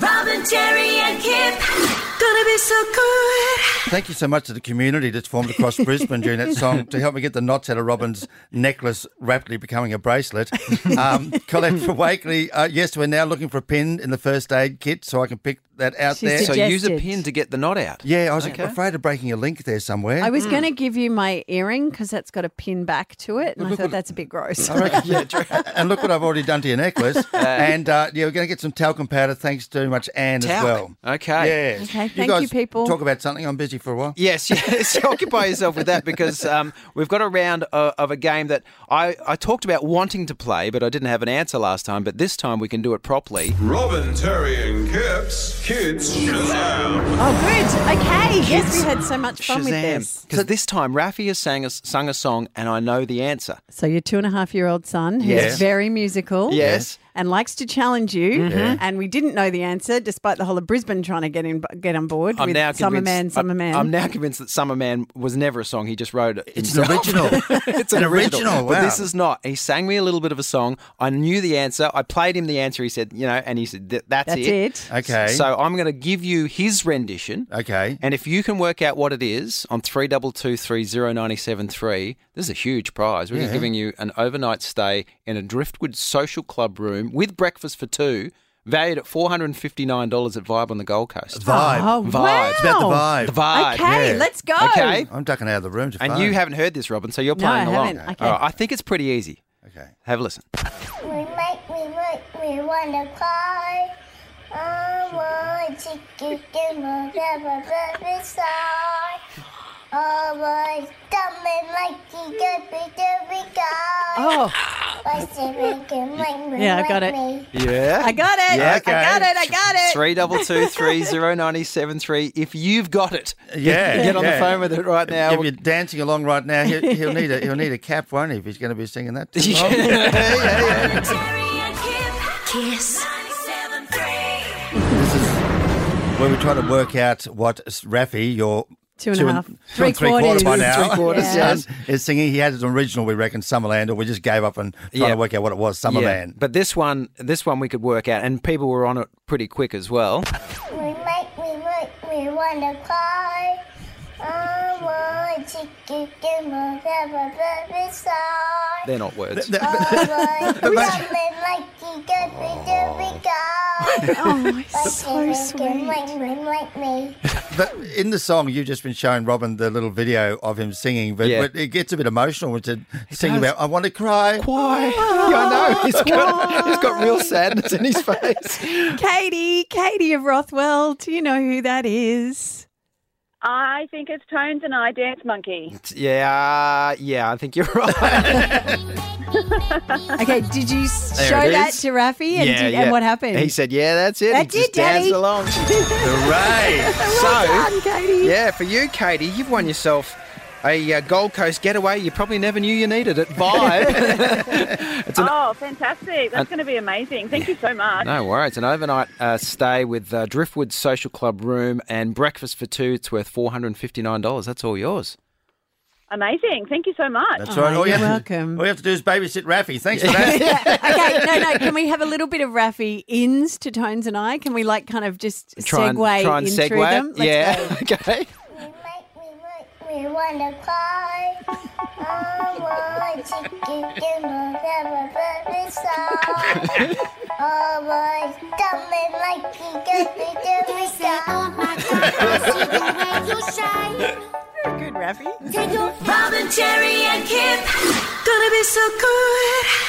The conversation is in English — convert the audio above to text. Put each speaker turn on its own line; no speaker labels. Robin, Jerry, and Kip. Gonna be so good.
Thank you so much to the community that's formed across Brisbane during that song to help me get the knots out of Robin's necklace rapidly becoming a bracelet. Um, Colette from Wakeley, uh, yes, we're now looking for a pin in the first aid kit so I can pick that out
She
there.
said-
So use a
Suggested.
pin to get the knot out.
yeah, I was
Okay.
afraid of breaking a link there somewhere.
I was going to give you my earring because that's got a pin back to it, and I thought that's a bit gross.
I reckon- and look what I've already done to your necklace. and uh, yeah, we're going to get some talcum powder. Thanks very much, Anne, as
Talc.
well.
Okay.
Yeah.
Okay, thank you,
you, guys
people.
Talk about something. I'm busy for a while.
Yes, yes. Occupy yourself with that because um, we've got a round of, of a game that I, I talked about wanting to play, but I didn't have an answer last time. But this time we can do it properly.
Robin, Terry, and Kip's Kids Shazam!
Oh, good. Okay. Yes, we had so much fun with this.
Because this time Rafi has sang a, sung a song and I know the answer.
So your two and a half year old son, who's
Yes.
very musical,
Yes.
and likes to challenge you, and we didn't know the answer despite the whole of Brisbane trying to get in, get on board with Summer Man, Summer
I'm-
Man.
I'm now convinced that Summer Man was never a song. He just wrote it.
It's an
himself.
original.
it's an,
An
original.
original,
But
wow.
this is not. He sang me a little bit of a song. I knew the answer. I played him the answer. He said, you know, and he said, "Th- that's,
That's it.
Okay.
So I'm going to give you his rendition.
Okay.
And if you can work out what it is on three double two three zero ninety seven three, this is a huge prize. We're giving you an overnight stay in a Driftwood social club room with breakfast for two, valued at four hundred and fifty nine dollars at Vibe on the Gold Coast.
Vibe.
oh,
Vibe.
wow.
It's about the vibe.
The vibe.
Okay,
yeah.
let's go.
Okay.
I'm ducking out of the room to
And
phone.
you haven't heard this, Robin, so you're
No, I
playing along.
haven't. Okay.
All right, I think it's pretty easy.
Okay.
Have a listen.
We make, we make, we wanna cry. I want to give them a never baby sigh. I want something like you could be doing guy.
Oh,
What's it make you make me?
Yeah, I got
make
it.
Me.
Yeah.
I got it.
Yeah,
I got
okay.
it. I got it.
Three double two three zero ninety seven three. If you've got it,
Yeah,
get on the
yeah.
phone with it right now.
If you're dancing along right now, he'll, he'll need a he'll need a cap, won't he? If he's going to be singing that. too long?
Robin, Terry, and Kip. Kiss. 97.3.
This is where we try to work out what Rafi, your
Two and a half.
two and
Three
three quarter
quarters.
by
Two and
now,
three quarters,
is-
yes.
is singing. He had his original, we reckon, Summerland, or we just gave up and trying
Yeah.
to work out what it was,
Yeah,
Summerland.
but this one, this one we could work out, and people were on it pretty quick as well.
We make, we make, we wanna cry. I want to give them a never baby sigh.
They're not words.
I want something like you could be doing guy.
Oh, it's so
What's it make you
sweet.
make me? Make me.
But in the song, you've just been showing Robin the little video of him singing, but,
Yeah.
but it gets a bit emotional when to sing
does.
about "I want to cry."
Why? Yeah, I know. He's
Oh.
got, he's got real sadness in his face.
Katie, Katie of Rothwell. Do you know who that is?
I think it's Tones and I, Dance Monkey.
Yeah, yeah, I think you're right.
Okay, did you s-
There
show
it
that
is.
to Rafi? And, did, and what happened?
He said, "Yeah, that's it."
That's
he just
it, Daddy.
danced along.
Hooray!
Done,
so,
Katie.
yeah, for you, Katie, you've won yourself. A uh, Gold Coast getaway you probably never knew you needed at Vibe.
oh, fantastic. That's going to be amazing. Thank you so much.
No worries. An overnight uh, stay with uh, Driftwood Social Club room and breakfast for two. It's worth $459. That's all yours.
Amazing. Thank you so much.
That's right. All you
Oh, you're
have to-
welcome.
all you have to do is babysit Rafi. Thanks for that.
okay, no, no. Can we have a little bit of Rafi ins to Tones and I? Can we like kind of just
Try and,
segue
try and
in
segue.
through them? Let's
yeah.
go.
Okay.
We make, we make, we wanna cry. I want to give them a never baby sigh. I want something like you could be doing guy.
Good Rafi.
Robin, Terry, and Kip. Gonna be so good.